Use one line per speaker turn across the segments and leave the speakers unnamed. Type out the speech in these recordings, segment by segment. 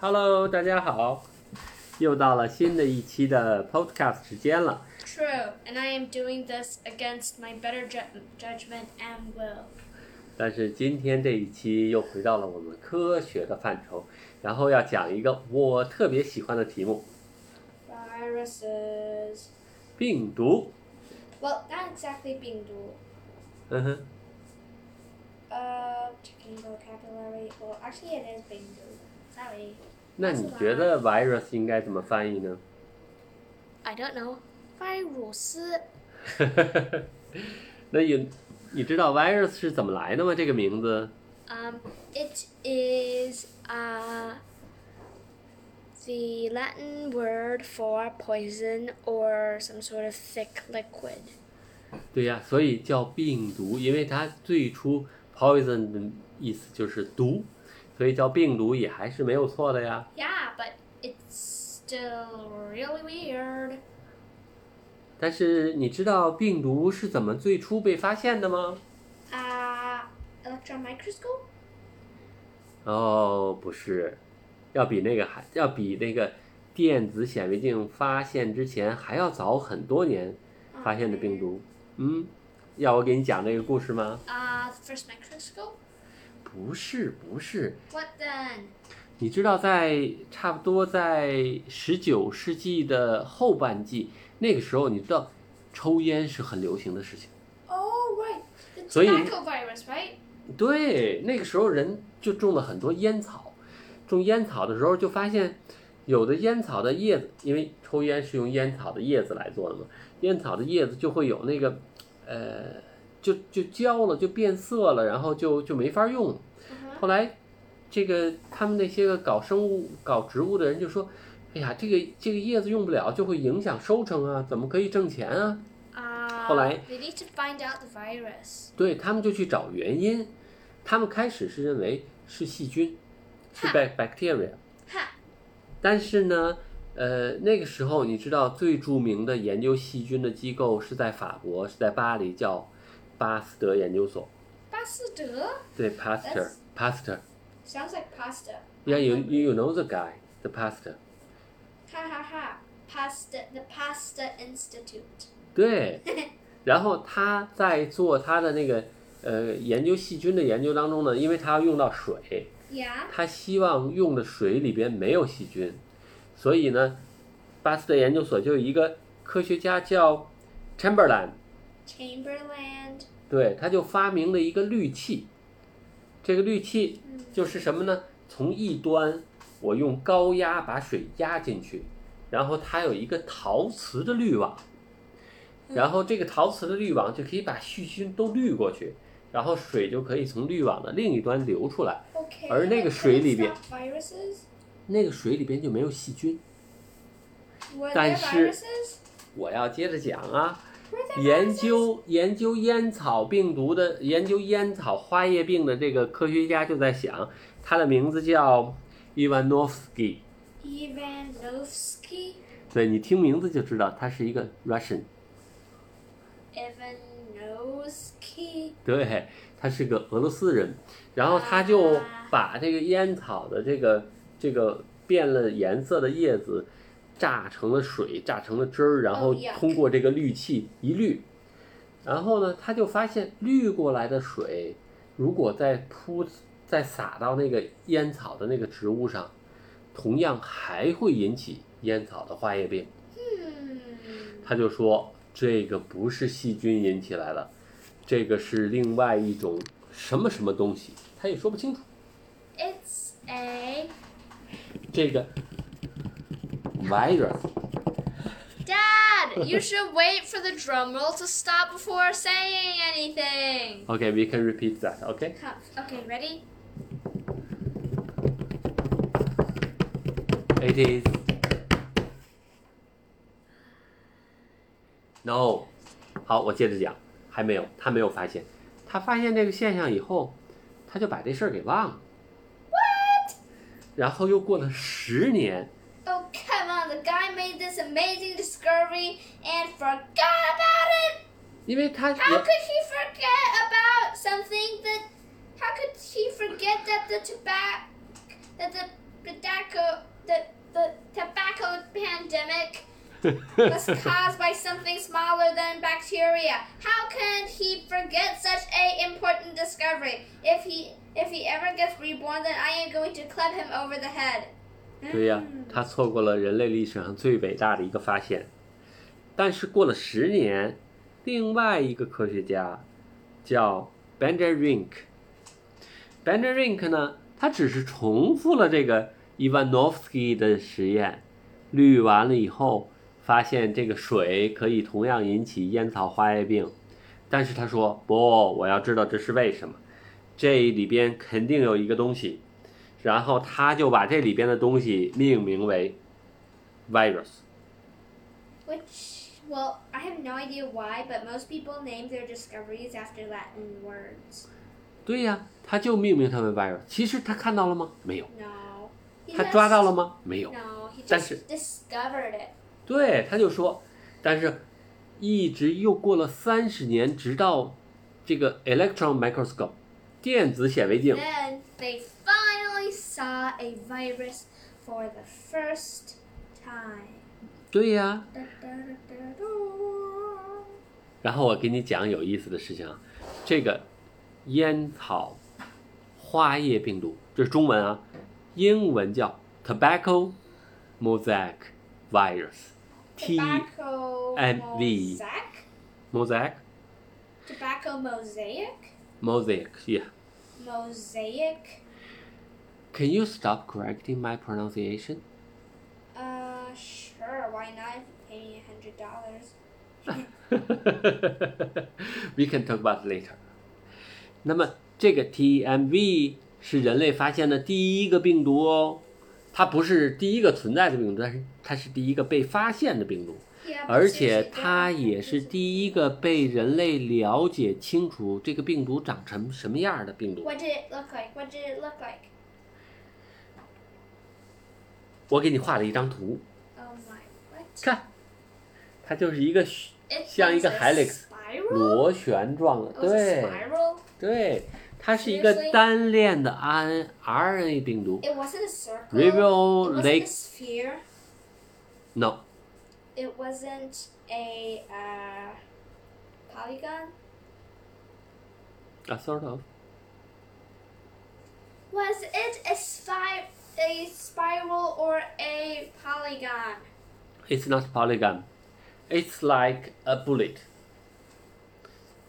Hello，大家好，又到了新的一期的 Podcast 时间了。
True, and I am doing this against my better ju- judgment and will.
但是今天这一期又回到了我们科学的范畴，然后要讲一个我特别喜欢的题目
Viruses.
——病毒。
Well, not exactly 病毒.
嗯哼，
Uh, checking vocabulary. Well, actually, it is 病毒. Sorry.
那你觉得 virus 应该怎么翻译呢？
I don't know. Virus.
那有，你知道 virus 是怎么来的吗？这个名字
Um, it is uh the Latin word for poison or some sort of thick liquid.
对呀，所以叫病毒，因为它最初 poison 的意思就是毒，所以叫病毒也还是没有错的呀。
Yeah, but it's still really weird.
但是你知道病毒是怎么最初被发现的吗？
Uh, electron microscope?
哦，不是，要比那个还要比那个电子显微镜发现之前还要早很多年发现的病毒。嗯，要我给你讲这个故事吗？
Uh, the first microscope?
不是，不是，
What then?
你知道，在差不多在十九世纪的后半季，那个时候，你知道抽烟是很流行的事情。
Oh, right. The
所以-
tobacco virus, right?
对，那个时候人就种了很多烟草，种烟草的时候就发现，有的烟草的叶子，因为抽烟是用烟草的叶子来做的嘛，烟草的叶子就会有那个，呃，就就焦了，就变色了，然后就就没法用了
Uh-huh.
后来，这个他们那些个搞生物、搞植物的人就说：“哎呀，这个这个叶子用不了，就会影响收成啊，怎么可以挣钱啊
Uh,
后来-
they need to find out the virus.？”
对他们就去找原因，他们开始是认为是细菌，是 bac bacteria，
Ha!
但是呢，呃，那个时候你知道最著名的研究细菌的机构是在法国，是在巴黎，叫巴斯德研究所，
Pasta
对 Pasteur
That's-
Pasteur，
sounds like pasta.
yeah you you know the guy the Pasteur。
Ha ha ha. Pasta, the Pasta Institute.
对，然后他在做他的那个呃研究细菌的研究当中呢，因为他要用到水，
Yeah.
他希望用的水里边没有细菌，所以呢，巴斯德研究所就有一个科学家叫 Chamberlain，
Chamberland.
对，他就发明了一个滤器，这个滤器就是什么呢？从一端我用高压把水压进去，然后它有一个陶瓷的滤网，然后这个陶瓷的滤网就可以把细菌都滤过去，然后水就可以从滤网的另一端流出来，
Okay.
而那个水里边-
stop viruses?
那个水里边就没有细菌。
Were there
但是-
viruses?
我要接着讲啊，
Were there
研
viruses?
究研究烟草病毒的研究烟草花叶病的这个科学家就在想，他的名字叫 Ivanovsky，
Ivanovsky?
对你听名字就知道他是一个 Russian，
Ivanovsky.
对，他是个俄罗斯人，然后他就
啊
把这个烟草的这个这个变了颜色的叶子榨成了水，榨成了汁儿，然后
Oh, yuck.
通过这个滤器一滤，然后呢，他就发现滤过来的水如果再铺再撒到那个烟草的那个植物上，同样还会引起烟草的花叶病。
Hmm.
他就说这个不是细菌引起来的，这个是另外一种什么什么东西，他也说不清楚。
It's a
这个 virus，
dad. you should wait for the drum roll to stop before saying anything.
OK，we、can repeat that。OK，
Come. Okay, ready?
it is no。好，我接着讲，还没有，他没有发现，他发现这个现象以后，他就把这事儿给忘了。What？然后又过了十年，
Oh come on! The guy made this amazing discovery and forgot about it.
因为他也
How could he forget about something that? How could he forget that the tobacco, that the tobacco the the tobacco pandemic was caused by something smaller than bacteria. How can he forget such a important discovery? If he if he ever gets reborn, then I am going to club him over the head. Hmm.
对呀、
嗯
他错过了人类历史上最伟大的一个发现。但是过了十年，另外一个科学家叫 Benderink。Benderink 呢，他只是重复了这个 Ivanovsky 的实验，滤完了以后，发现这个水可以同样引起烟草花叶病。但是他说不，我要知道这是为什么，这里边肯定有一个东西。然后他就把这里边的东西命名为 virus。
Which, well, I have no idea why, but most people name their discoveries after Latin words.
对呀，他就命名他们 virus。其实他看到了吗？没有。
No. He
他
just-
抓到了吗？没有。
No, he just
但是-
discovered it.
对，他就说，但是一直又过了三十年，直到这个 electron microscope 电子显微镜
Then they finally saw a virus for the first time.
对呀，
Da, da, da, da, da.
然后我给你讲有意思的事情啊，这个烟草花叶病毒，这是中文啊，英文叫 tobacco mosaic virus，T
Tobacco
and V.
mosaic?
mosaic
Tobacco mosaic?
mosaic，yeah。
Mosaic?
Can you stop correcting my pronunciation?
Uh, sure, why not? If you pay me a hundred dollars.
We can talk about later. 那么这个 TMV 是人类发现的第一个病毒哦，它不是第一个存在的病毒，但是它是第一个被发现的病毒，
Yeah, but
而
since you
且
didn't
它也
have
是
to-
第一个被人类了解清楚这个病毒长成什么样的病毒。
What did it look like? What did it look like?
我给你画了一张图，
Oh my, what?
看，它就是一个
It
像一
was
个
a
helix
spiral?
螺旋状的，
It was a
对。
spiral?
对，它哦是一个
Seriously？
单链的 RN RNA 病毒。
It wasn't a circle.
Rival
it wasn't a
Lake
sphere.
No，
It wasn't a uh, polygon.
a sort of
Was it a spi- a spiral or a polygon?
it's not polygon. It's like a bullet，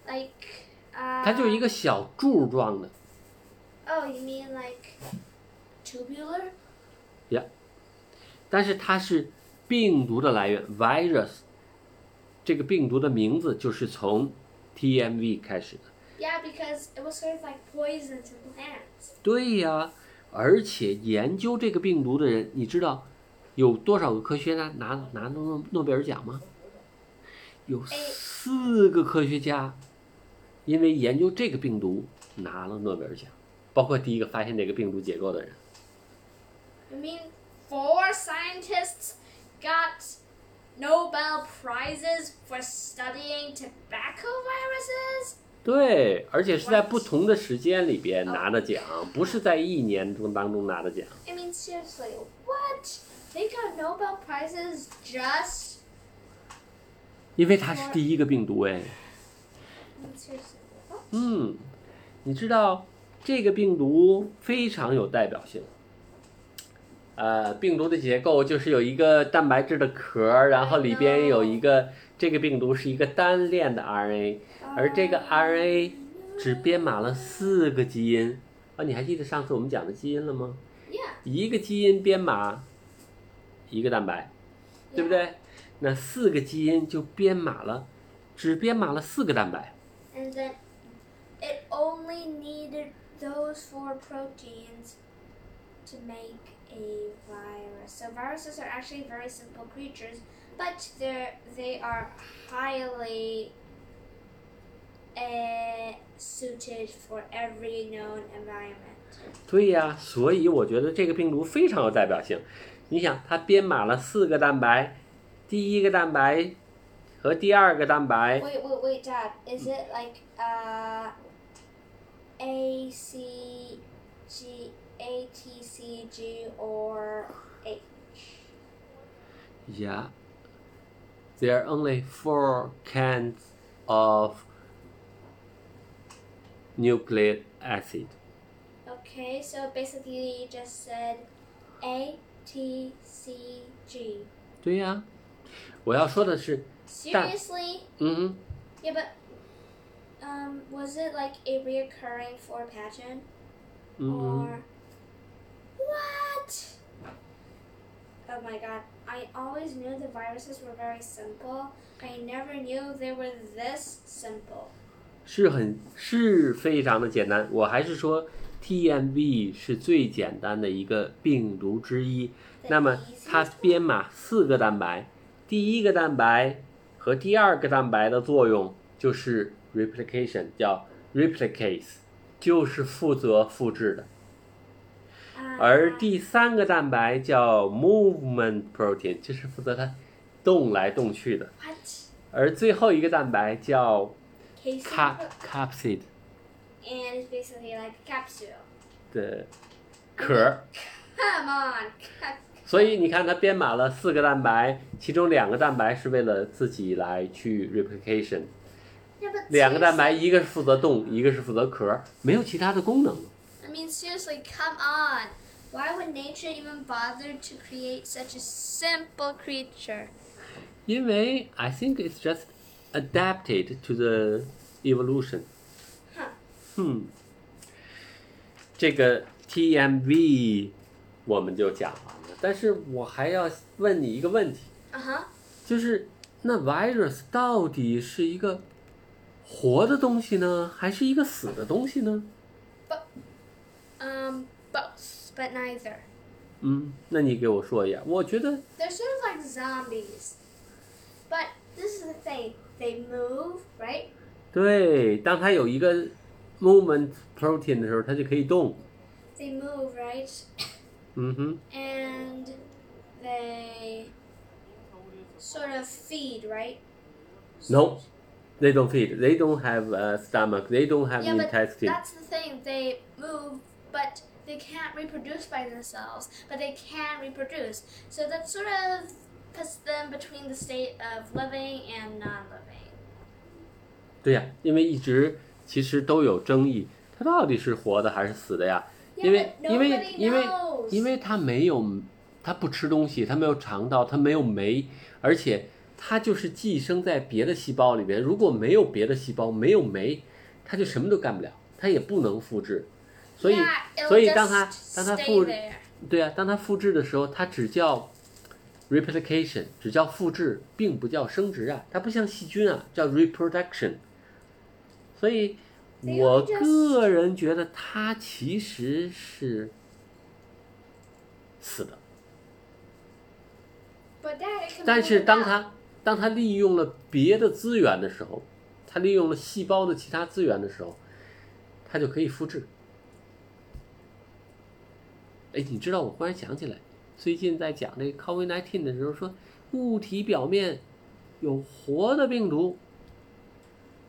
Like uh
它就是一个小柱状的。
Oh, you mean like tubular?
但是它是病毒的来源 virus，这个病毒的名字就是从 TMV 开始的。
Yeah, because it was sort of like poison to plants.
对呀，而且研究这个病毒的人，你知道有多少个科学家拿拿诺诺贝尔奖吗？有四个科学家因为研究这个病毒拿了诺贝尔奖，包括第一个发现这个病毒结构的人。
You mean four scientists got Nobel prizes for studying tobacco viruses?
对，而且是在不同的时间里边拿的奖，不是在一年中当中拿的奖。
I mean, seriously, what? They got Nobel prizes just.
因为它是第一个病毒哎。
I mean, seriously, what?
嗯，你知道这个病毒非常有代表性。呃，病毒的结构就是有一个蛋白质的壳儿，然后里边有一个这个病毒是一个单链的 RNA，而这个
Um,
RNA 只编码了四个基因啊，你还记得上次我们讲的基因了吗？
Yeah.
一个基因编码一个蛋白，对不对？那四个基因就编码了，只编码了四个蛋白。
And then it only needed those four proteins to make a virus. So viruses are actually very simple creatures, but they're they are highly uh, suited for every known environment.
对呀，所以我觉得这个病毒非常有代表性。你想，它编码了四个蛋白，第一个蛋白和第二个蛋白
Wait, wait, wait, Dad. Is it like uh, A C G A T C C, G, or H.
Yeah. There are only four kinds of nucleic acid.
Okay, so basically you just said A, T, C, G.
对呀、我要说的是，
Seriously?
嗯哼，
Yeah, but um, was it like a reoccurring for pageant
嗯哼，
or what? Oh my god! I always knew the viruses were very simple. I never knew they were this simple.
是很是非常的简单。我还是说，TMV 是最简单的一个病毒之一。
The
那么
easiest
它
one-
编码四个蛋白，第一个蛋白和第二个蛋白的作用就是 replication，叫 replicase，就是负责复制的。
Ah,
而第三个蛋白叫 movement protein，就是负责它动来动去的。
what?
而最后一个蛋白叫
Casey
cap
Cook.
capsid
and it's basically like a capsule.
的壳儿。
Come on, cap-
所以你看，它编码了四个蛋白，其中两个蛋白是为了自己来去 replication，
Yeah, but
两个蛋白，
seriously-
一个是负责动，一个是负责壳儿，没有其他的功能。
I mean, seriously, come on. Why would nature even bother to create such a simple creature?
因为 I think it's just adapted to the evolution。嗯，这个 TMV 我们就讲完了，但是我还要问你一个问题，
Uh huh.
就是那 virus 到底是一个活的东西呢，还是一个死的东西呢？
Um, both, but neither.
嗯，那你给我说一下，我觉得
They're sort of like zombies. But this is the thing they move, right?
对，当它有一个 movement protein 的时候，它就可以动。
They move, right?
嗯哼。
And they sort of feed, right?
No, they don't feed. They don't have a stomach. They don't have
Yeah, but
intestine.
that's the thing. They move, but they can't reproduce by themselves. But they can reproduce. So that sort of puts them between the state of living and non-living.
对呀、因为一直其实都有争议，它到底是活的还是死的呀？
Yeah,
因为
but
因为
nobody
因为
knows.
因为它没有，它不吃东西，它没有肠道，它没有酶，而且它就是寄生在别的细胞里边。如果没有别的细胞，没有酶，它就什么都干不了，它也不能复制。所以
yeah, it'll
所以
just
当它-当它
stay
复-
there.
对啊，当它复制的时候，它只叫 replication，只叫复制，并不叫生殖啊。它不像细菌啊，叫 reproduction。所以，
They
我
are just-
个人觉得它其实是死的。
But Dad, it can
但
move
是当
about.
它当它利用了别的资源的时候，它利用了细胞的其他资源的时候，它就可以复制。哎，你知道我忽然想起来，最近在讲这个 COVID-19 的时候说，物体表面有活的病毒。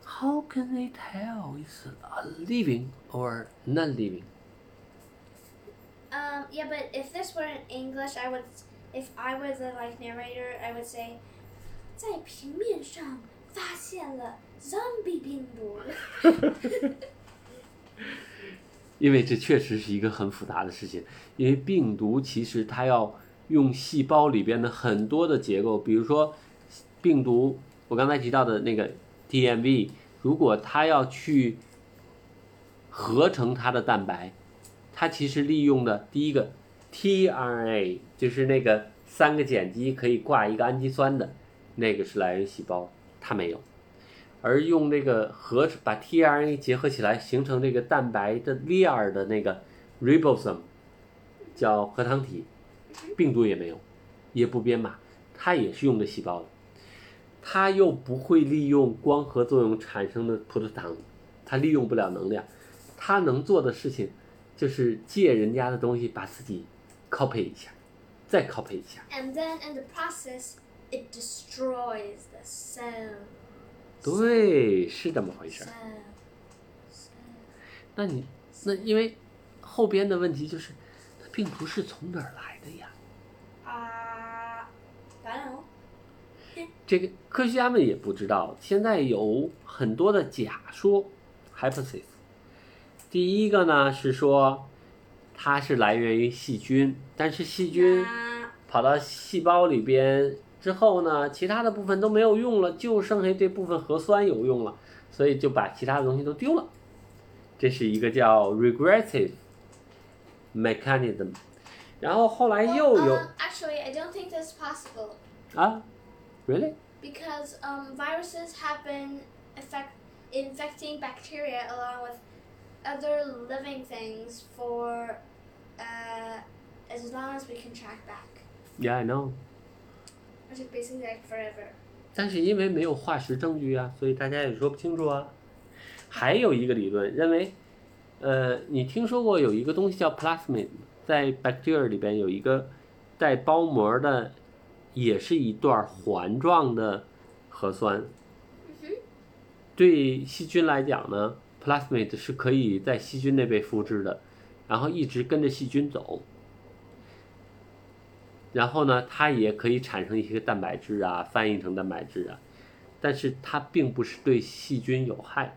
How can they tell is a living or not living？
Um, yeah, but if this were in English, I would, if I were the like narrator, I would say, 在平面上发现了 zombie 病毒。
因为这确实是一个很复杂的事情。因为病毒其实它要用细胞里边的很多的结构，比如说病毒，我刚才提到的那个 TMV，如果它要去合成它的蛋白，它其实利用的第一个 tRNA 就是那个三个碱基可以挂一个氨基酸的那个是来源于细胞，它没有。而用那个合把 tRNA 结合起来形成这个蛋白的链儿的那个 ribosome，叫核糖体，病毒也没有，也不编码，它也是用的细胞的，它又不会利用光合作用产生的葡萄糖，它利用不了能量，它能做的事情就是借人家的东西把自己 copy 一下，再 copy 一下。
And then in the process, it destroys the cell.
对，是这么回事
Cell.
儿。
cell.
那你那因为后边的问题就是，那病毒是从哪儿来的呀？
Uh, 啊，感染了。
这个科学家们也不知道，现在有很多的假说 （hypothesis）。第一个呢是说它是来源于细菌，但是细菌
啊
跑到细胞里边之后呢，其他的部分都没有用了，就剩下这部分核酸有用了，所以就把其他的东西都丢了。这是一个叫 regressive mechanism。然后后来
well,
又有
um, actually, I don't think that's possible
啊，really？
because um, viruses have been affect- infecting bacteria along with other living things for uh, as long as we can track back,
Yeah, I know.
which is basically like forever.
但是因为没有化石证据啊，所以大家也说不清楚啊。还有一个理论认为，呃，你听说过有一个东西叫 plasmid，在 bacteria 里边有一个带包膜的，也是一段环状的核酸。对细菌来讲呢，plasmid 是可以在细菌内被复制的，然后一直跟着细菌走。然后呢，它也可以产生一些蛋白质啊，翻译成蛋白质啊，但是它并不是对细菌有害。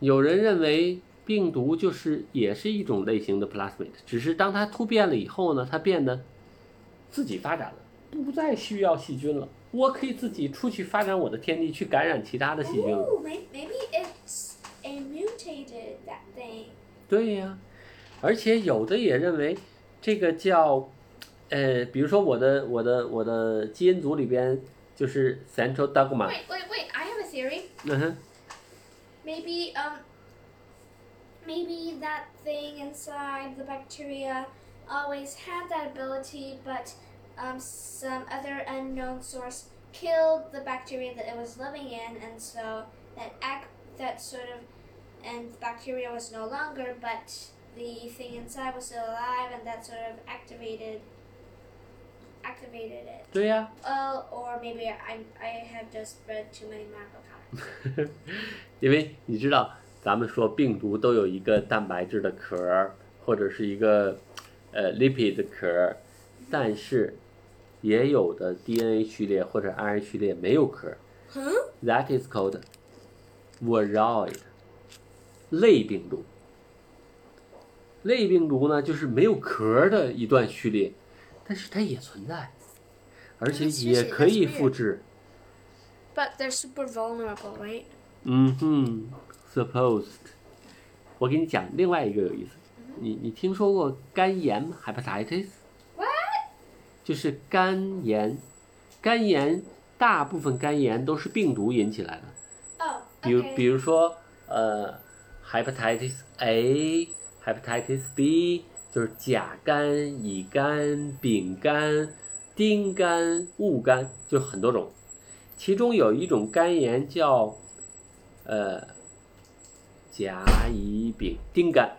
有人认为病毒就是也是一种类型的 plasmid，只是当它突变了以后呢，它变得自己发展了，不再需要细菌了。我可以自己出去发展我的天地，去感染其他的细菌了。
Ooh, may- maybe it's a mutated that thing.
对呀、而且有的也认为这个叫，呃，比如说我的我的我的基因组里边就是 central dogma，
Wait, wait, wait! I have a theory.
嗯哼，
Maybe um maybe that thing inside the bacteria always had that ability, but um, some other unknown source killed the bacteria that it was living in, and so that act that sort of and the bacteria was no longer, but the thing inside was still alive, and that sort of activated activated it.
对呀、
Well, or maybe I I have just read too many manga comics.
因为你知道咱们说病毒都有一个蛋白质的壳儿或者是一个呃 lipid 的壳儿，但是也有的 DNA 序列或者 RNA 序列没有壳儿
Huh?
，that is called viroid 类病毒。类病毒呢，就是没有壳儿的一段序列，但是它也存在，而且也可以复制。
But they're super vulnerable, right?
嗯哼，supposed。我给你讲另外一个有意思，你你听说过肝炎吗 （hepatitis）？
What?
就是肝炎，肝炎大部分肝炎都是病毒引起来的，
Oh,
比如
okay.
比如说呃，hepatitis A、hepatitis B，就是甲肝、乙肝、丙肝、丁肝、戊肝，就很多种。其中有一种肝炎叫呃甲乙丙丁肝。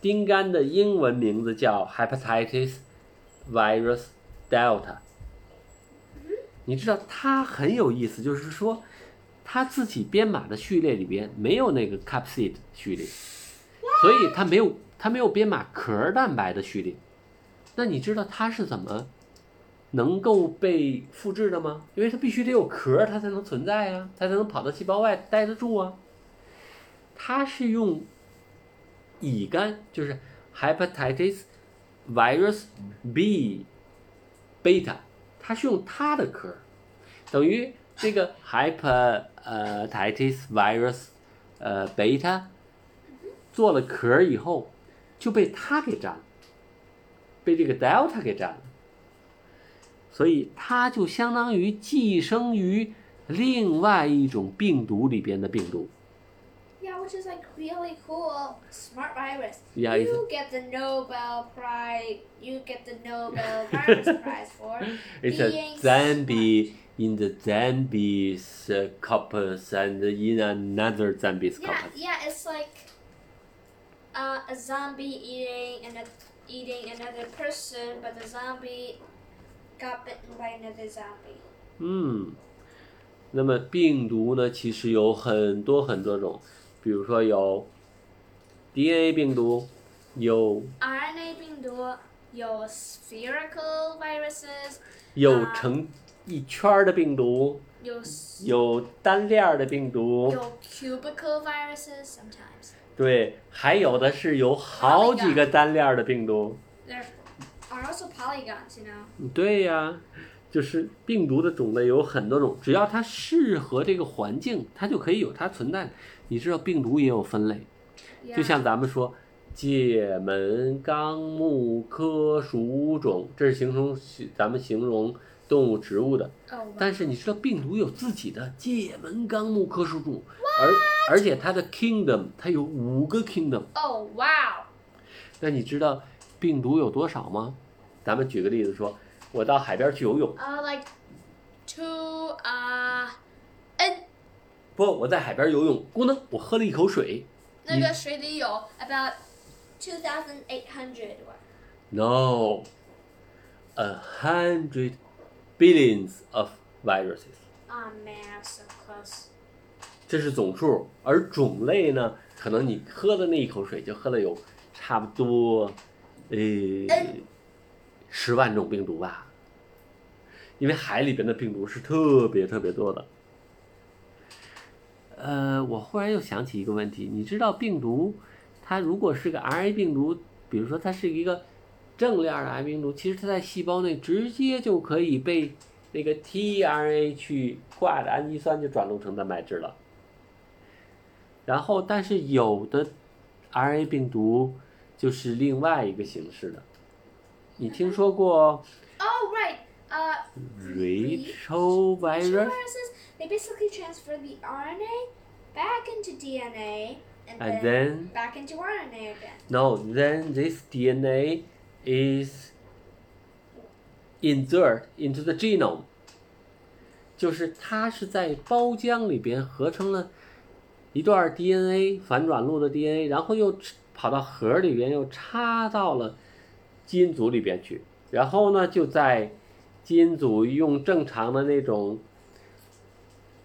丁肝的英文名字叫 hepatitis virus delta。你知道它很有意思，就是说它自己编码的序列里边没有那个 capsid 序列，所以它没有它没有编码壳儿蛋白的序列。那你知道它是怎么能够被复制的吗？因为它必须得有壳儿，它才能存在啊，它才能跑到细胞外待得住啊。它是用乙肝，就是 hepatitis virus B beta，它是用它的壳儿，等于这个 hepatitis virus 呃 beta 做了壳儿以后，就被它给占了，被这个 delta 给占了，所以它就相当于寄生于另外一种病毒里边的病毒。
Yeah, which is like really cool. Smart virus.
Yeah, it's-
you get the Nobel Prize. You get the Nobel Virus Prize for
It's
being
a zombie in the zombie's uh, corpus and in another zombie's
Yeah,
corpus.
yeah, it's like uh, a zombie eating another eating another person, but the zombie got bitten by another zombie.
嗯，那么病毒呢，其实有很多很多种，比如说有 DNA 病毒，有
RNA 病毒，有 spherical viruses，
有
啊
成一圈儿的病毒，
有
有单链儿的病毒，
有 cubicle viruses sometimes.
对，还有的是有好几个单链儿的病毒。嗯
There are also polygons, you know.
对呀、就是病毒的种类有很多种，只要它适合这个环境，它就可以有它存在。你知道病毒也有分类，
Yeah.
就像咱们说界门纲目科属种，这是形容咱们形容动物植物的。
oh, wow.
但是你知道病毒有自己的界门纲目科属种，而而且它的 kingdom 它有五个 kingdom。
oh wow.
那你知道病毒有多少吗？咱们举个例子说，我到海边去游泳，
Uh, like two uh, and
不，我在海边游泳，咕噔，我喝了一口水。
那个水里有 about two thousand eight hundred
No，a hundred billions of viruses，
Oh man, so close.
这是总数，而种类呢，可能你喝的那一口水就喝了有差不多，呃，十万种病毒吧。因为海里边的病毒是特别特别多的。呃，我忽然又想起一个问题，你知道病毒，它如果是个 RNA 病毒，比如说它是一个正链儿的 RNA 病毒，其实它在细胞内直接就可以被那个 tRNA 去挂的氨基酸就转录成蛋白质了。然后，但是有的 RNA 病毒就是另外一个形式的，你听说过
Oh right. Uh, two
retrovirus？
viruses. They basically transfer the RNA back into DNA and, then
And then
back into RNA again.
no, then this DNA is inserted into the genome，就是它是在包浆里边合成了一段 DNA 反转录的 DNA，然后又跑到核里边又插到了基因组里边去，然后呢就在基因组用正常的那种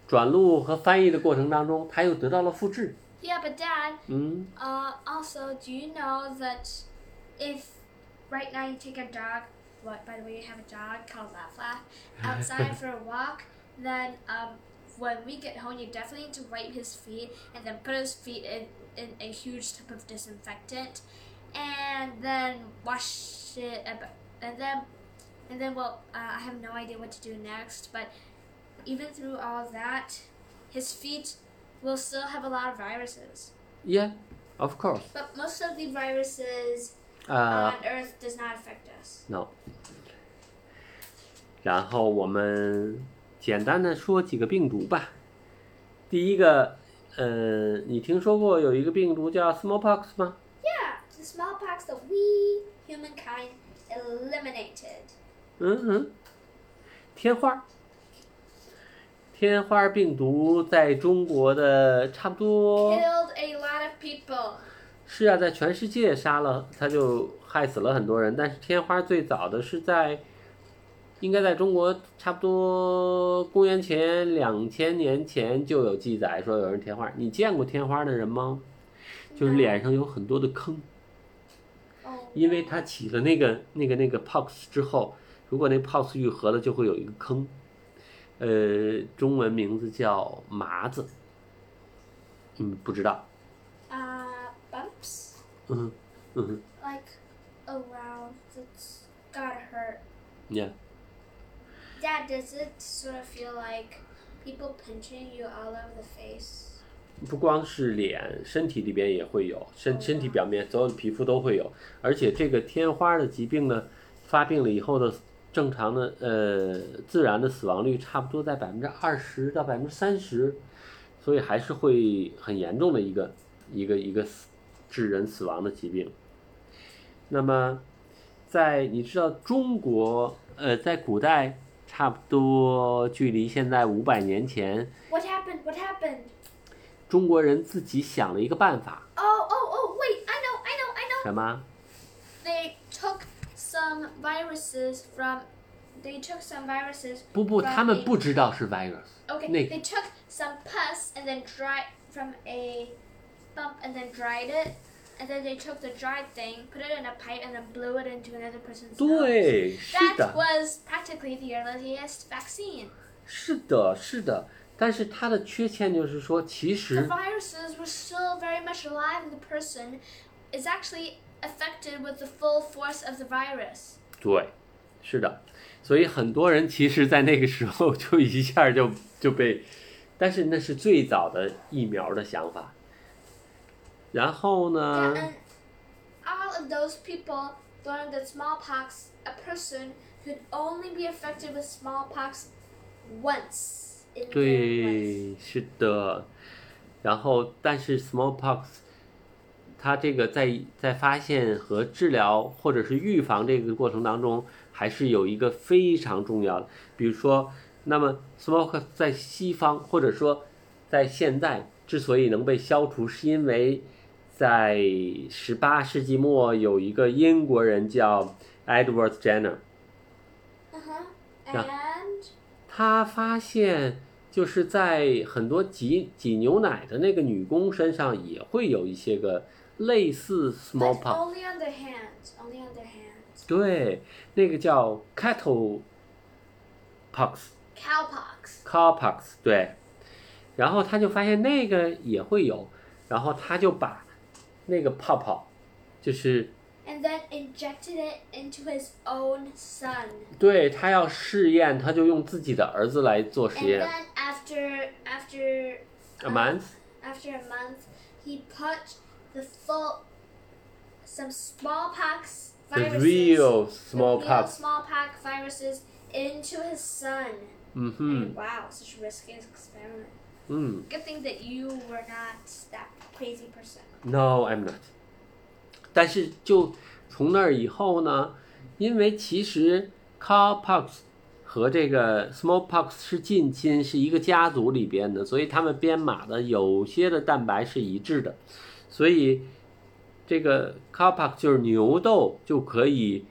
转录和翻译的过程当中，它又得到了复制，
Yeah, but Dad,
嗯。
uh, also, do you know that if right now you take a dog, what by the way, you have a dog called Laugh Laugh, outside for a walk, then um, when we get home, you definitely need to wipe his feet and then put his feet in, in a huge tub of disinfectant, and then wash it, ab- and then and then well, uh, I have no idea what to do next, but even through all that, his feet will still have a lot of viruses.
Yeah, of course.
But most of the viruses
Uh,
on Earth does not affect us.
no. 然后我们简单的说几个病毒吧。第一个，呃，你听说过有一个病毒叫 smallpox 吗？
Yeah, the smallpox that we humankind eliminated.
嗯嗯，天花。天花病毒在中国的差不多
Killed a lot of people.
是啊，在全世界杀了，它就害死了很多人。但是天花最早的是在，应该在中国差不多公元前两千年前就有记载说有人天花。你见过天花的人吗？就是脸上有很多的坑，
Oh,
因为它起了那个那个那个 pox 之后，如果那 pox 愈合了，就会有一个坑。呃，中文名字叫麻子，嗯，不知道，
uh, bumps
嗯嗯哼。
like around that's gotta hurt.
Yeah.
Dad, does it sort of feel like people pinching you all over the face?
不光是脸，身体里边也会有，身身体表面所有的皮肤都会有，而且这个天花的疾病呢，发病了以后的正常的呃自然的死亡率差不多在百分之二十到百分之三十，所以还是会很严重的一个一个一个死致人死亡的疾病。那么，在你知道中国呃在古代差不多距离现在五百年前，
What happened? What happened?
中国人自己想了一个办法。
Oh, oh, oh, wait, I know, I know, I know.
什么？
they took some viruses from they took some viruses
不不，
from
他们
a-
不知道是 virus。
okay
那-
they took some pus and then dried from a bump and then dried it and then they took the dried thing, put it in a pipe, and then blew it into another person's nose.
对，是
That
的，
was practically the earliest vaccine.
是的，是的。但是它的缺陷就是说，其
The
实
viruses were still very much alive, and the person is actually affected with the full force of the virus.
对，是的，所以很多人其实，在那个时候就一下就 就被，但是那是最早的疫苗的想法。然后
Yeah,
呢，
and all of those people learned that smallpox, a person could only be affected with smallpox once in their life.
对，是的。然后，但是 smallpox，它这个在在发现和治疗或者是预防这个过程当中，还是有一个非常重要的，比如说，那么 smallpox 在西方或者说在现在之所以能被消除，是因为在十八世纪末有一个英国人叫 Edward Jenner，
Uh-huh.
Yeah.
And
他发现，就是在很多挤挤牛奶的那个女工身上也会有一些个类似
but
smallpox，
only on their hands. Only on their hands.
对，那个叫 cattle pox
Cowpox.
cowpox，对。然后他就发现那个也会有，然后他就把那个泡泡，就是。
And then injected it into his own son.
对他要试验，他就用自己的儿子来做实
And
验。
then after after uh,
A month，
After a month, he put the full some smallpox
the
viruses,
real
the real
smallpox，
smallpox viruses into his son.
嗯哼，
Wow, such a risky experiment.
嗯。
Good thing that you were not that crazy person.
No, I'm not。但是就从那儿以后呢，因为其实 cowpox 和这个 smallpox 是近亲，是一个家族里边的，所以他们编码的有些的蛋白是一致的，所以这个 cowpox 就是牛痘就可以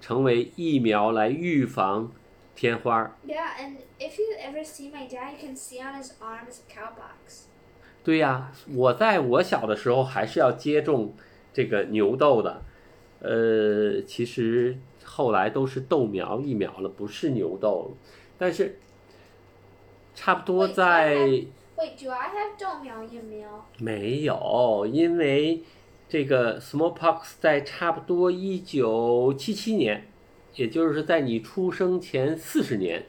成为疫苗来预防天花儿。
Yeah, and if you ever see my dad, you can see on his arm is a cowpox.
对呀、我在我小的时候还是要接种这个牛痘的，呃，其实后来都是豆苗疫苗了，不是牛痘了，但是差不多
对
在
它还 Wait, do I have don't meow you meow?
没有，因为这个 smallpox 在差不多一九七七年，也就是在你出生前四十年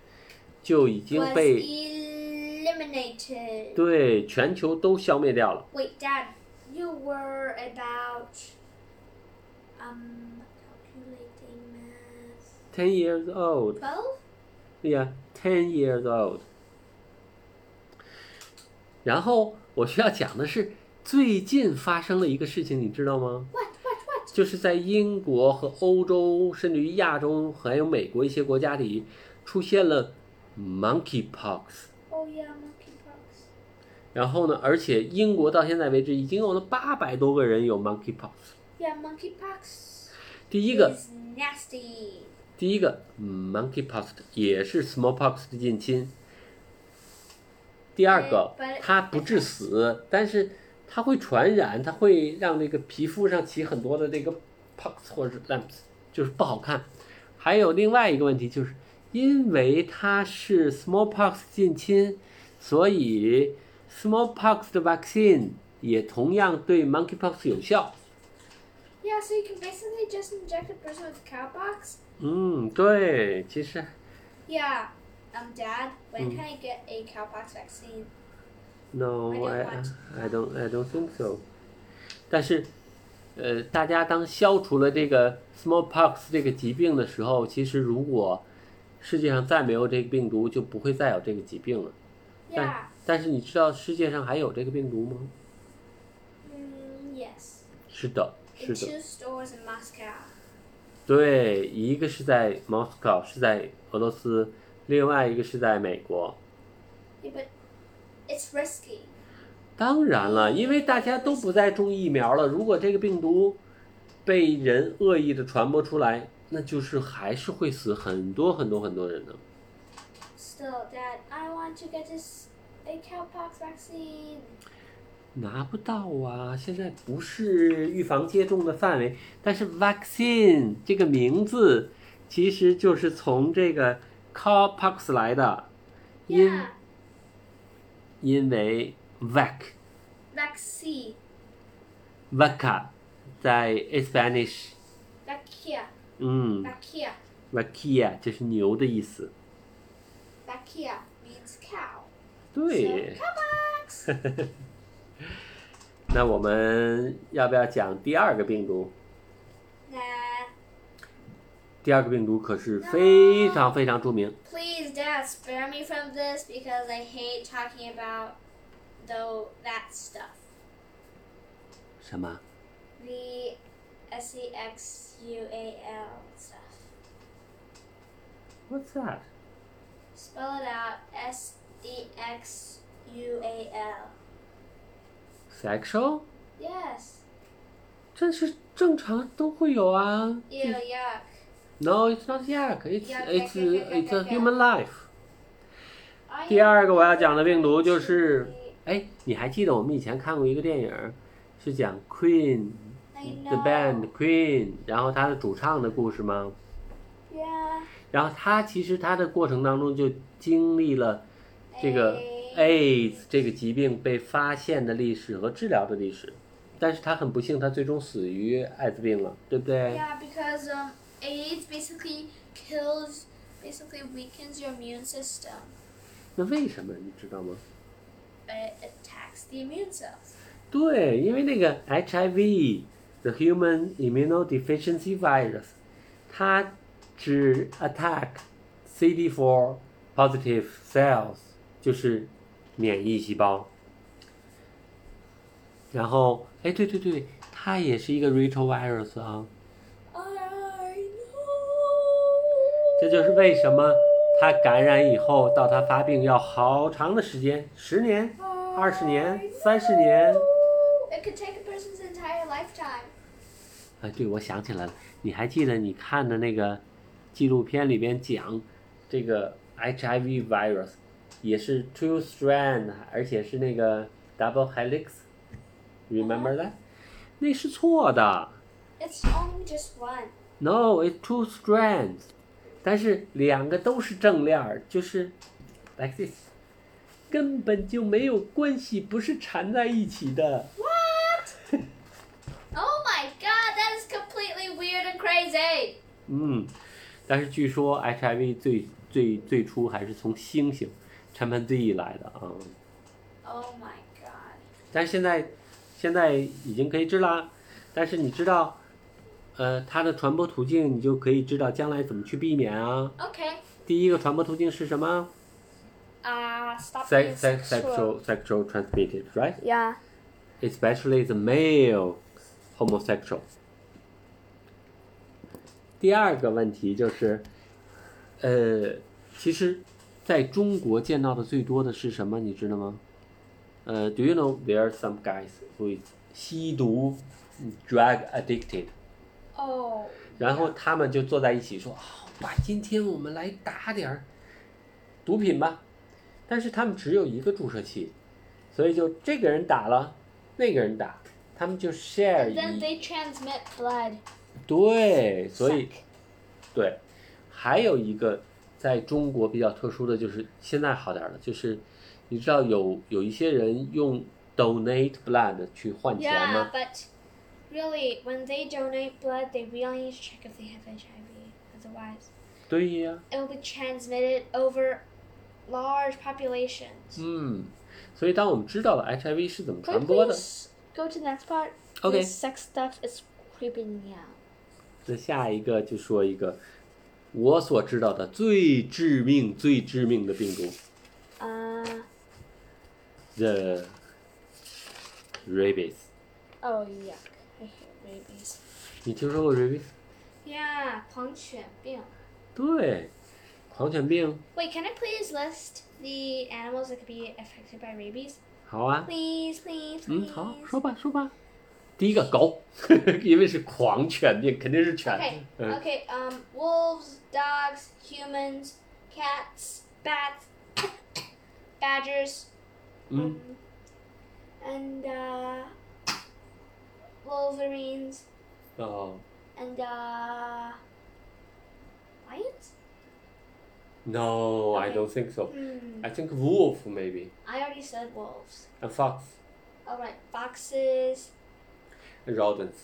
就已经
Was
被
eliminated.
对全球都消灭掉了。
Wait, Dad, you were about um calculating math.
Ten years old.
Twelve?
Yeah, ten years old。然后我需要讲的是，最近发生了一个事情，你知道吗？
What? What? What?
就是在英国和欧洲，甚至于亚洲，还有美国一些国家里，出现了 monkeypox。
Oh yeah, monkeypox.
然后呢，而且英国到现在为止已经有了八百多个人有 monkeypox。
Yeah, monkeypox
第一个，
is nasty.
第一个 monkeypox 也是 smallpox 的近亲。第二个
对，but-，
它不致死，但是它会传染，它会让那个皮肤上起很多的这个 pox 或者是 lumps，就是不好看。还有另外一个问题就是，因为它是 smallpox 近亲，所以 smallpox 的 vaccine 也同样对 monkeypox 有效。
Yeah, so you can basically just inject a person with cowpox.
嗯，对，其实
Yeah. Um, Dad, when can I get a cowpox vaccine?
No,
I
I
don't
I don't I don't think so。但是，呃，大家当消除了这个 smallpox 这个疾病的时候，其实如果世界上再没有这个病毒，就不会再有这个疾病了。
Yeah.
但是你知道世界上还有这个病毒吗？
Mm, yes.
是的，
In
是的，
two stores in Moscow.
对，一个是在 Moscow 是在俄罗斯，另外一个是在美国。
Yeah, but it's risky.
当然了，因为大家都不再种疫苗了。如果这个病毒被人恶意的传播出来，那就是还是会死很多很多很多人的。
Still, Dad, I want to get this a cowpox vaccine.
拿不到啊，现在不是预防接种的范围。但是 vaccine 这个名字其实就是从这个 cowpox 来的，因
Yeah.
因为 vac
Vaccine.
vaca 在 Spanish，
Vacia.
嗯
Vacia.
，vacia 就是牛的意思。
Vacia means cow.
对
So,。cowpox.
那我们要不要讲第二个病毒？
nah.
第二个病毒可是非常非常著名。
Please, Dad, spare me from this because I hate talking about though that stuff.
什么？
The S E X U A L stuff.
What's that？
Spell it out. S E X U A L.
Sexual？
Yes.
这是正常都会有啊。
Ew, yuck.
No, it's not yak. It's
Yuck,
it's
yuck, yuck,
it's a
yuck, yuck.
human life.
I
第二个我要讲的病毒就是，哎，你还记得我们以前看过一个电影儿，是讲 Queen
I
the
know.
band Queen，然后他的主唱的故事吗？
Yeah.
然后他其实他的过程当中就经历了这个
A-
AIDS 这个疾病被发现的历史和治疗的历史，但是他很不幸，他最终死于艾滋病了，对不对
Yeah, because um, AIDS basically kills, basically weakens your immune system.
那为什么你知道吗？
It attacks the immune cells.
对，因为那个 HIV，the human immunodeficiency virus，它只 attack CD4 positive cells，就是免疫细胞。然后，哎，对对对，它也是一个 retrovirus 啊，
I know.
这就是为什么它感染以后到它发病要好长的时间，十年、二十年、三十年。
It could take a person's entire lifetime.
哎，对，我想起来了，你还记得你看的那个纪录片里边讲这个 HIV virus 也是 two strand，而且是那个 double helix，remember that？那是错的
It's only just one.
，no，it's two strands，但是两个都是正链儿，就是 like this，根本就没有关系，不是缠在一起的。
What? oh my god, that is completely weird and crazy.
嗯，但是据说 HIV 最最最初还是从猩猩、陈盆地来的啊、
Oh my god.
但是现在现在已经可以治啦。但是你知道，呃，它的传播途径，你就可以知道将来怎么去避免啊。
Okay.
第一个传播途径是什么
Uh, stop
？sex
being
sex
sexual.
sexual sexual transmitted, right?
Yeah.
Especially the male homosexual. 第二个问题就是，呃，其实在中国见到的最多的是什么？你知道吗？呃，Do you know there are some guys who is 吸毒，drug addicted？
Oh.
然后他们就坐在一起说：“好吧，今天我们来打点儿毒品吧。”但是他们只有一个注射器，所以就这个人打了，那个人打，他们就 share
And then
一
they transmit blood.
对，所以
Suck.
对，还有一个在中国比较特殊的就是现在好点儿了，就是你知道有有一些人用 donate blood 去换钱
Yeah,
吗？
but really, when they donate blood, they really need to check if they have HIV. Otherwise,
对呀、
it will be transmitted over large populations.
嗯，所以当我们知道了 HIV 是怎么
Can
传
we
播的。
please go to the next part?
Okay.
The sex stuff is creeping me out.
那下一个就说一个我所知道的最致命、最致命的病毒
Uh,
——the rabies。
oh, yuck. I hate rabies.
你听说过 rabies？
Yeah, 狂犬病.
对，狂犬病。
Wait, can I please list the animals that could be affected by rabies?
好啊，
Please, please,
嗯，
please.
好，说吧，说吧。第一个狗， 因为是狂犬病，肯定是犬。
Okay.
嗯，
Okay. Um, wolves, dogs, humans, cats, bats, badgers.
嗯
um, and uh, wolverines
哦
and uh, lions.
No, I don't think so.
Hmm.
I think wolf maybe
I already said wolves.
and fox
All right, foxes.
and rodents.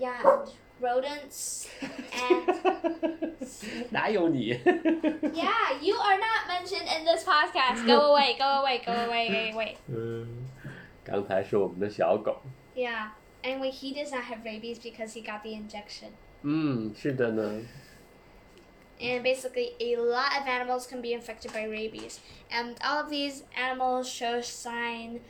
Yeah, and rodents. And
哪有你？
yeah, you are not mentioned in this podcast. Go away. Go away. Go away. Go away.
嗯，刚才是我们的小狗。
Yeah. Anyway, he does not have rabies because he got the injection.
嗯，是的呢。
And basically, a lot of animals can be infected by rabies. And all of these animals show signs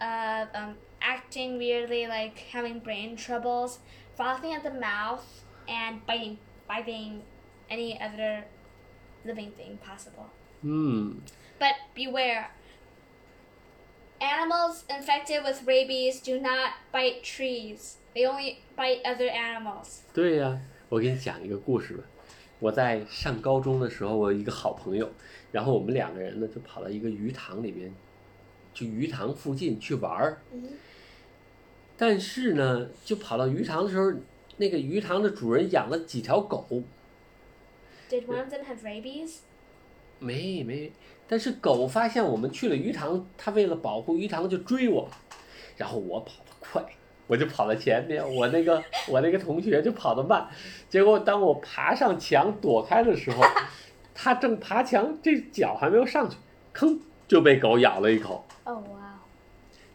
of um, acting weirdly, like having brain troubles, frothing at the mouth, and biting, biting any other living thing possible.
嗯，
But beware. Animals infected with rabies do not bite trees. They only bite other animals.
对呀、我给你讲一个故事吧。我在上高中的时候，我有一个好朋友，然后我们两个人呢就跑到一个鱼塘里边，去鱼塘附近去玩儿。但是呢，就跑到鱼塘的时候，那个鱼塘的主人养了几条狗，
Did one of them have rabies?
没没，但是狗发现我们去了鱼塘，它为了保护鱼塘就追我，然后我跑得快，我就跑到前面，我那个我那个同学就跑得慢，结果当我爬上墙躲开的时候，它正爬墙，这脚还没有上去，吭就被狗咬了一口。
Oh, wow.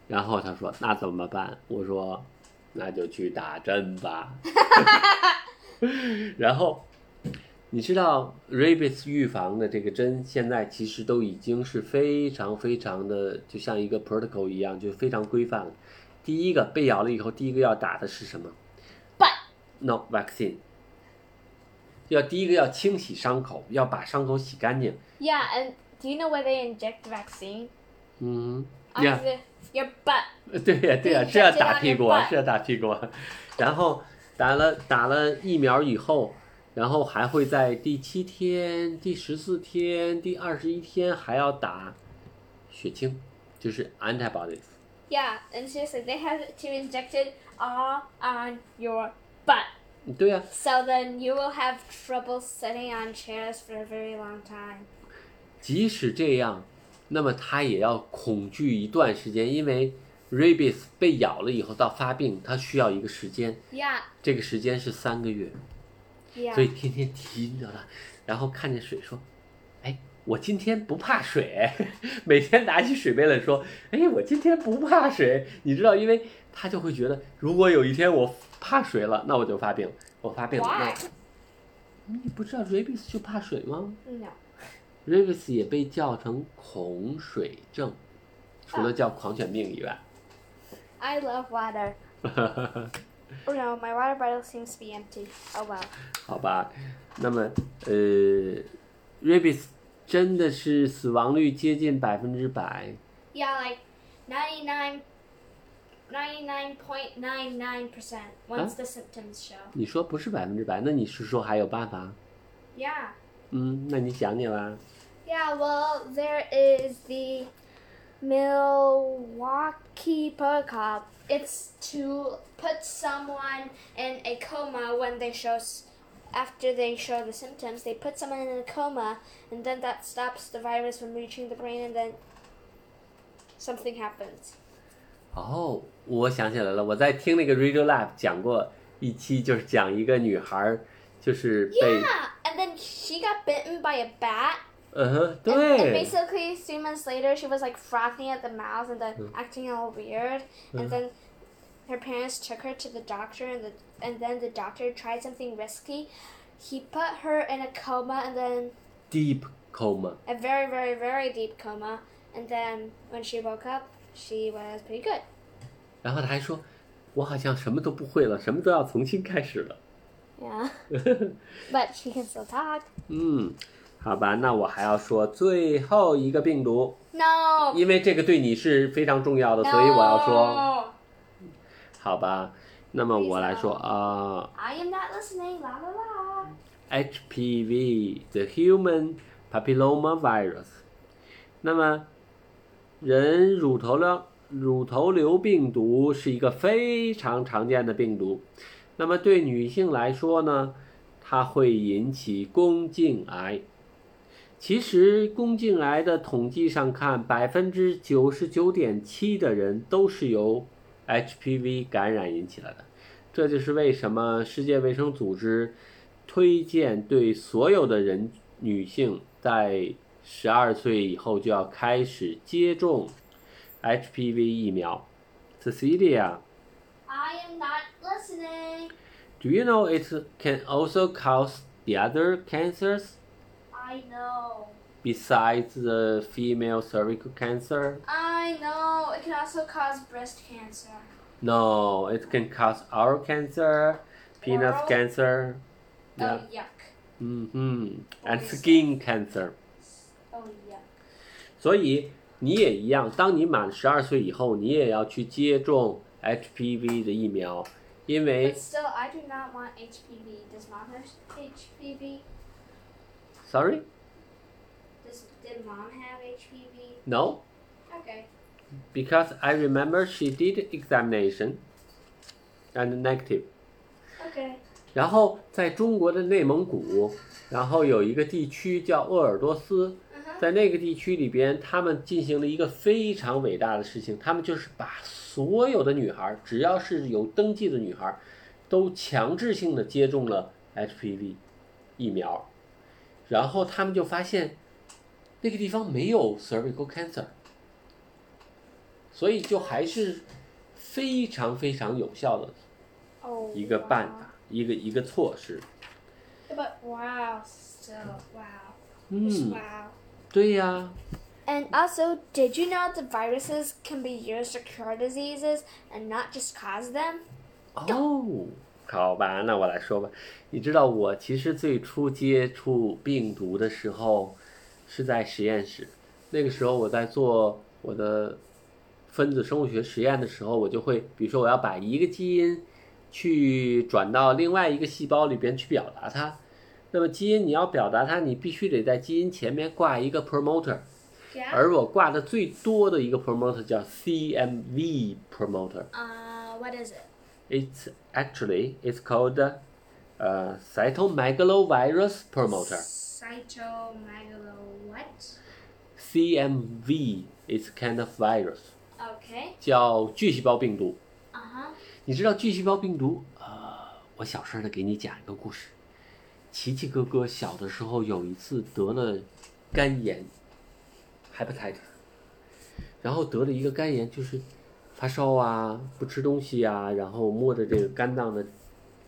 然后他说：“那怎么办？”我说：“那就去打针吧。” 然后，你知道 rabies 预防的这个针，现在其实都已经是非常非常的，就像一个 protocol 一样，就非常规范了。第一个被咬了以后，第一个要打的是什么
But
？No vaccine。要第一个要清洗伤口，要把伤口洗干净。
Yeah, and do you know where they inject vaccine?
嗯，
On
呀
the, your butt.
对呀，对呀，
对
是要
这
打
样
屁
也
股，啊
怪
是要打屁股。 然后打了打了疫苗以后，然后还会在第七天、第十四天、第二十一天还要打血清，就是 antibodies。
Yeah, and seriously, they have to inject it all on your butt.
对呀、
So then you will have trouble sitting on chairs for a very long time.
即使这样，那么它也要恐惧一段时间，因为 rabies 被咬了以后到发病，它需要一个时间，
Yeah,
这个时间是三个月。
yeah.
所以天天提，你知道吧？然后看见水说：“哎，我今天不怕水。” 每天拿起水杯来说：“哎，我今天不怕水。”你知道，因为他就会觉得，如果有一天我怕水了，那我就发病了。我发病了，
Why?
那你不知道 rabies 就怕水吗
No.
？rabies 也被叫成恐水症，除了叫狂犬病以外。
I love water. Oh no, my water bottle seems to be empty. Oh well.
好吧，那么呃，rabies 真的是死亡率接近百分之百。
Yeah, like 99, 99.99% once
Huh?
the symptoms show.
你说不是百分之百，那你是说还有办法？
Yeah.
嗯，那你讲讲吧。
Yeah, well, there is the Milwaukee protocol. It's to put someone in a coma when they show, s- after they show the symptoms, they put someone in a coma, and then that stops the virus from reaching the brain, and then something happens.
哦，我想起来了，我在听那个 Radio Lab 讲过一期，就是讲一个女孩儿，就是被
Yeah, and then she got bitten by a bat,
嗯哼，
and, and
对，
basically three months later, she was like frothing at the mouth and then acting all weird, and then her parents took her to the doctor, and the and then the doctor tried something risky. He put her in a coma, and then
deep coma。
a very very very deep coma, and then when she woke up, she was pretty good.
然后她还说，我好像什么都不会了，什么都要重新开始了。
Yeah, but she can still talk.
嗯，好吧，那我还要说最后一个病毒，
No.
因为这个对你是非常重要的，
no.
所以我要说，好吧。那么我来说啊。
I am not listening. La la la.
HPV, the human papilloma virus。那么，人乳头的乳头瘤病毒是一个非常常见的病毒。那么对女性来说呢，它会引起宫颈癌。其实宫颈癌的统计上看，百分之九十九点七的人都是由 HPV 感染引起来的。这就是为什么世界卫生组织推荐对所有的人女性在十二岁以后就要开始接种 HPV 疫苗。Cecilia,
I am not listening.
do you know it can also cause the other cancers
I know.
besides the female cervical cancer?
I know. It can also cause breast cancer.
No, it can cause oral cancer, penis
Oral?
cancer, yeah,
Oh yuck.
hmm and
Obviously.
skin cancer.
Oh yuck.
所以你也一样，当你满十二岁以后，你也要去接种 HPV 的疫苗，因为
But still, I do not want HPV. Does mom have HPV?
sorry
Does did mom have HPV?
no
Okay.
because I remember she did examination and negative。
Okay.
然后在中国的内蒙古，然后有一个地区叫鄂尔多斯，
Uh huh.
在那个地区里边，他们进行了一个非常伟大的事情，他们就是把所有的女孩儿，只要是有登记的女孩儿，都强制性的接种了 HPV 疫苗，然后他们就发现那个地方没有 cervical cancer，所以就还是非常非常有效的
Oh.
一个办
wow.
法，一个一个措施。
But wow, still wow, Just
嗯，
wow.
对呀、
And also, did you know that viruses can be used to cure diseases and not just cause them?
哦，好吧，那我来说吧。你知道我其实最初接触病毒的时候是在实验室，那个时候我在做我的分子生物学实验的时候，我就会，比如说我要把一个基因去转到另外一个细胞里边去表达它。那么基因你要表达它，你必须得在基因前面挂一个 promoter，
Yeah.
而我挂的最多的一个 promoter 叫 CMV promoter。
Uh, what is it?
It's actually it's called uh, cytomegalovirus promoter.
Cytomegalo what?
CMV is kind of virus，
Okay.
叫巨细胞病毒。
Uh huh.
你知道巨细胞病毒？呃，我小声的给你讲一个故事。琪琪哥哥小的时候有一次得了肝炎，hepatitis，然后得了一个肝炎，就是发烧啊，不吃东西啊，然后摸着这个肝脏的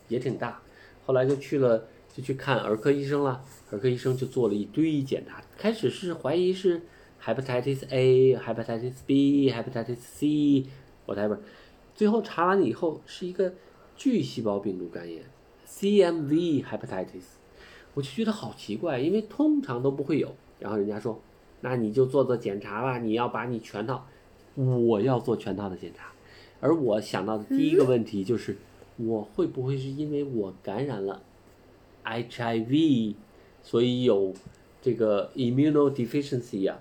也挺大，后来就去了就去看儿科医生了，儿科医生就做了一堆检查，开始是怀疑是 hepatitis A、hepatitis B、hepatitis C whatever，最后查完了以后是一个巨细胞病毒肝炎 CMV hepatitis，我就觉得好奇怪，因为通常都不会有，然后人家说那你就做做检查吧，你要把你全套，我要做全套的检查，而我想到的第一个问题就是。我会不会是因为我感染了 HIV，所以有这个 immunodeficiency 呀、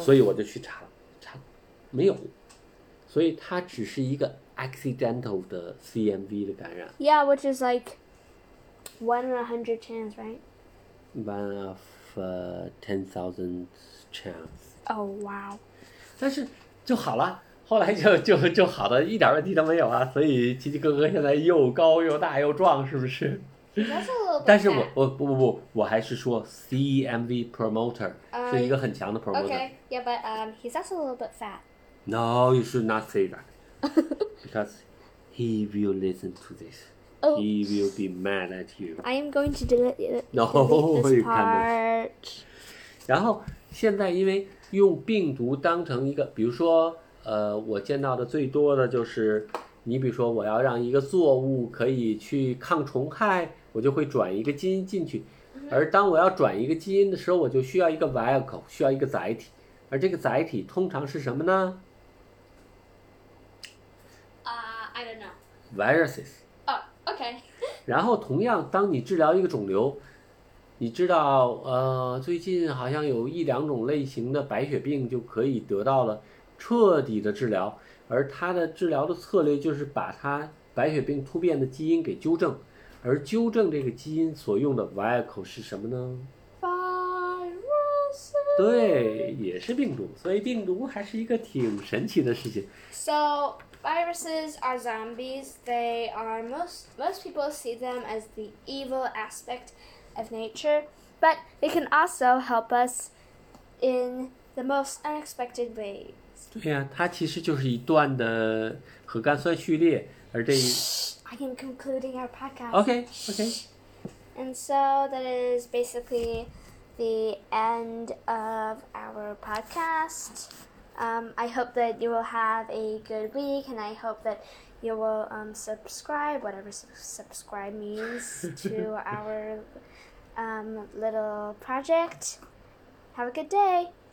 所以我就去查了，查没有，所以它只是一个 accidental 的 CMV 的感染
Yeah, which is like one in a hundred chance, right?
，one of、ten uh, thousand chance。
Oh wow.
但是就好了，后来就就就好的一点问题都没有啊，所以奇奇哥哥现在又高又大又壮，是不是？
That's a little bit.
但是我
fat.
我不不不，我还是说 CMV promoter
哎
是一个很强的 promoter。
Okay. Yeah, but um, he's also a little bit fat.
No, you should not say that because he will listen to this.
Oh.
He will be mad at you.
I am going to delete, delete
No,
this
Oh, you cannot.
part.
然后现在因为用病毒当成一个，比如说，呃，我见到的最多的就是，你比如说我要让一个作物可以去抗虫害，我就会转一个基因进去。而当我要转一个基因的时候，我就需要一个 vehicle，需要一个载体。而这个载体通常是什么呢
Uh, I don't know.
？viruses。
Oh, okay.
然后同样，当你治疗一个肿瘤，你知道，呃，最近好像有一两种类型的白血病就可以得到了彻底的治疗，而它的治疗的策略就是把它白血病突变的基因给纠正，而纠正这个基因所用的 vehicle 是什么呢？
Virus.
对，也是病毒，所以病毒还是一个挺神奇的事情。
So viruses are zombies. They are most most people see them as the evil aspect of nature, but they can also help us in the most unexpected ways.
对呀、它其实就是一段的核苷酸序列，而这一
I am concluding our podcast.
OK OK，
And so that is basically the end of our podcast. Um, I hope that you will have a good week, and I hope that you will um, subscribe, whatever su- subscribe means, to our um, little project. Have a good day.